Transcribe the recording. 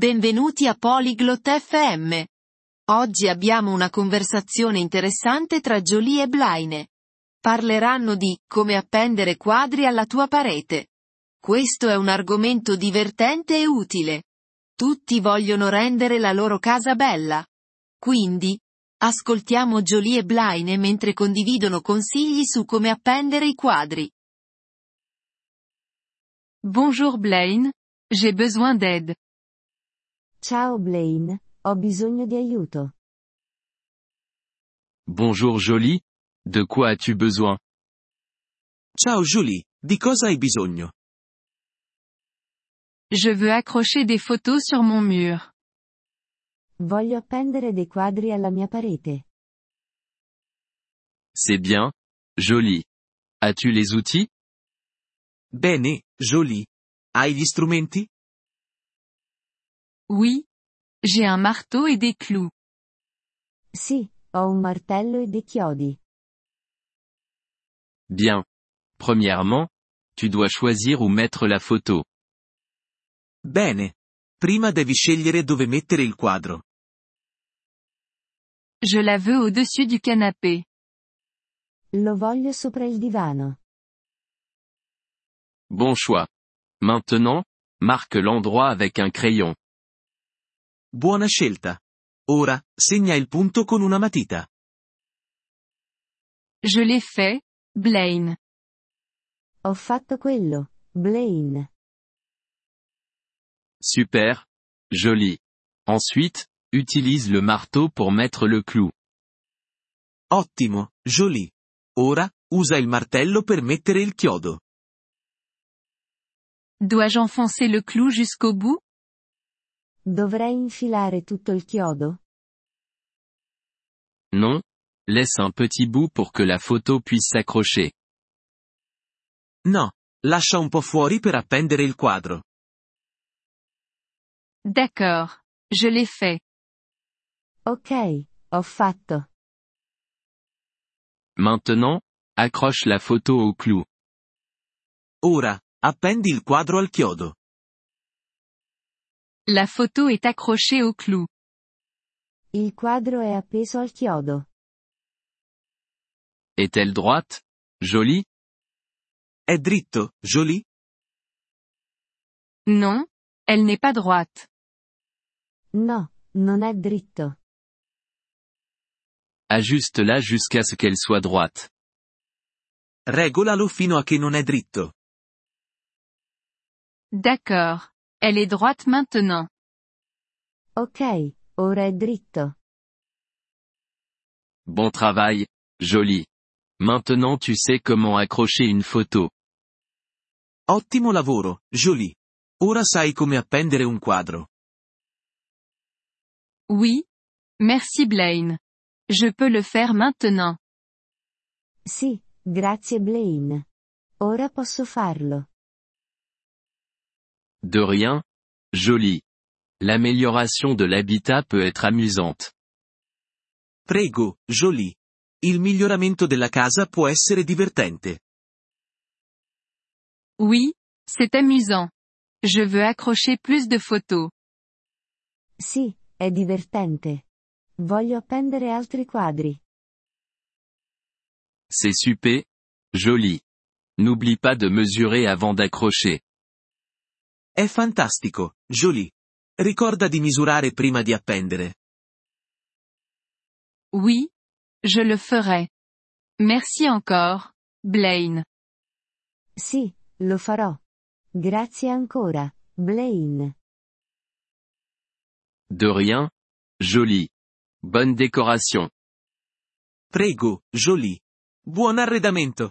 Benvenuti a Polyglot FM. Oggi abbiamo una conversazione interessante tra Jolie e Blaine. Parleranno di come appendere quadri alla tua parete. Questo è un argomento divertente e utile. Tutti vogliono rendere la loro casa bella. Quindi, ascoltiamo Jolie e Blaine mentre condividono consigli su come appendere i quadri. Bonjour Blaine, j'ai besoin d'aide. Ciao Blaine, ho bisogno di aiuto. Bonjour Jolie. De quoi as-tu besoin Ciao Julie, di cosa hai bisogno? Je veux accrocher des photos sur mon mur. Voglio appendere dei quadri alla mia parete. C'est bien. Jolie. As-tu les outils Bene, Jolie. Hai gli strumenti? Oui. J'ai un marteau et des clous. Sì, ho un martello e dei chiodi. Bien. Premièrement, tu dois choisir où mettre la photo. Bene. Prima devi scegliere dove mettere il quadro. Je la veux au-dessus du canapé. Lo voglio sopra il divano. Bon choix. Maintenant, marque l'endroit avec un crayon. Buona scelta. Ora, segna il punto con una matita. Je l'ai fait, Blaine. Ho fatto quello, Blaine. Super. Jolie. Ensuite, utilise le marteau pour mettre le clou. Ottimo, Jolie. Ora, usa il martello per mettere il chiodo. Dois-je enfoncer le clou jusqu'au bout Dovrei infilare tutto il chiodo? Non Laisse un petit bout pour que la photo puisse s'accrocher. No, lascia un po' fuori per appendere il quadro. D'accord. Je l'ai fait. Ok, ho fatto. Maintenant, accroche la photo au clou. Ora, appendi il quadro al chiodo. La photo est accrochée au clou. Il quadro è appeso al chiodo. Est-elle droite Jolie È dritto, Jolie? Non, elle n'est pas droite. No, non è dritto. Ajuste-la jusqu'à ce qu'elle soit droite. Regolalo fino a che non è dritto. D'accord. Elle est droite maintenant. Ok, ora è dritto. Bon travail, Jolie. Maintenant tu sais comment accrocher une photo. Ottimo lavoro, Jolie. Ora sai come appendere un quadro. Oui. Merci Blaine. Je peux le faire maintenant. Sì, grazie Blaine. Ora posso farlo. De rien Jolie. L'amélioration de l'habitat peut être amusante. Prego, Jolie. Il miglioramento della casa può essere divertente. Oui, c'est amusant. Je veux accrocher plus de photos. Sì, è divertente. Voglio appendere altri quadri. C'est super Jolie. N'oublie pas de mesurer avant d'accrocher. È fantastico, Jolie. Ricorda di misurare prima di appendere. Oui. Je le ferai. Merci encore, Blaine. Sì, lo farò. Grazie ancora, Blaine. De rien Jolie. Bonne décoration. Prego, Jolie. Buon arredamento.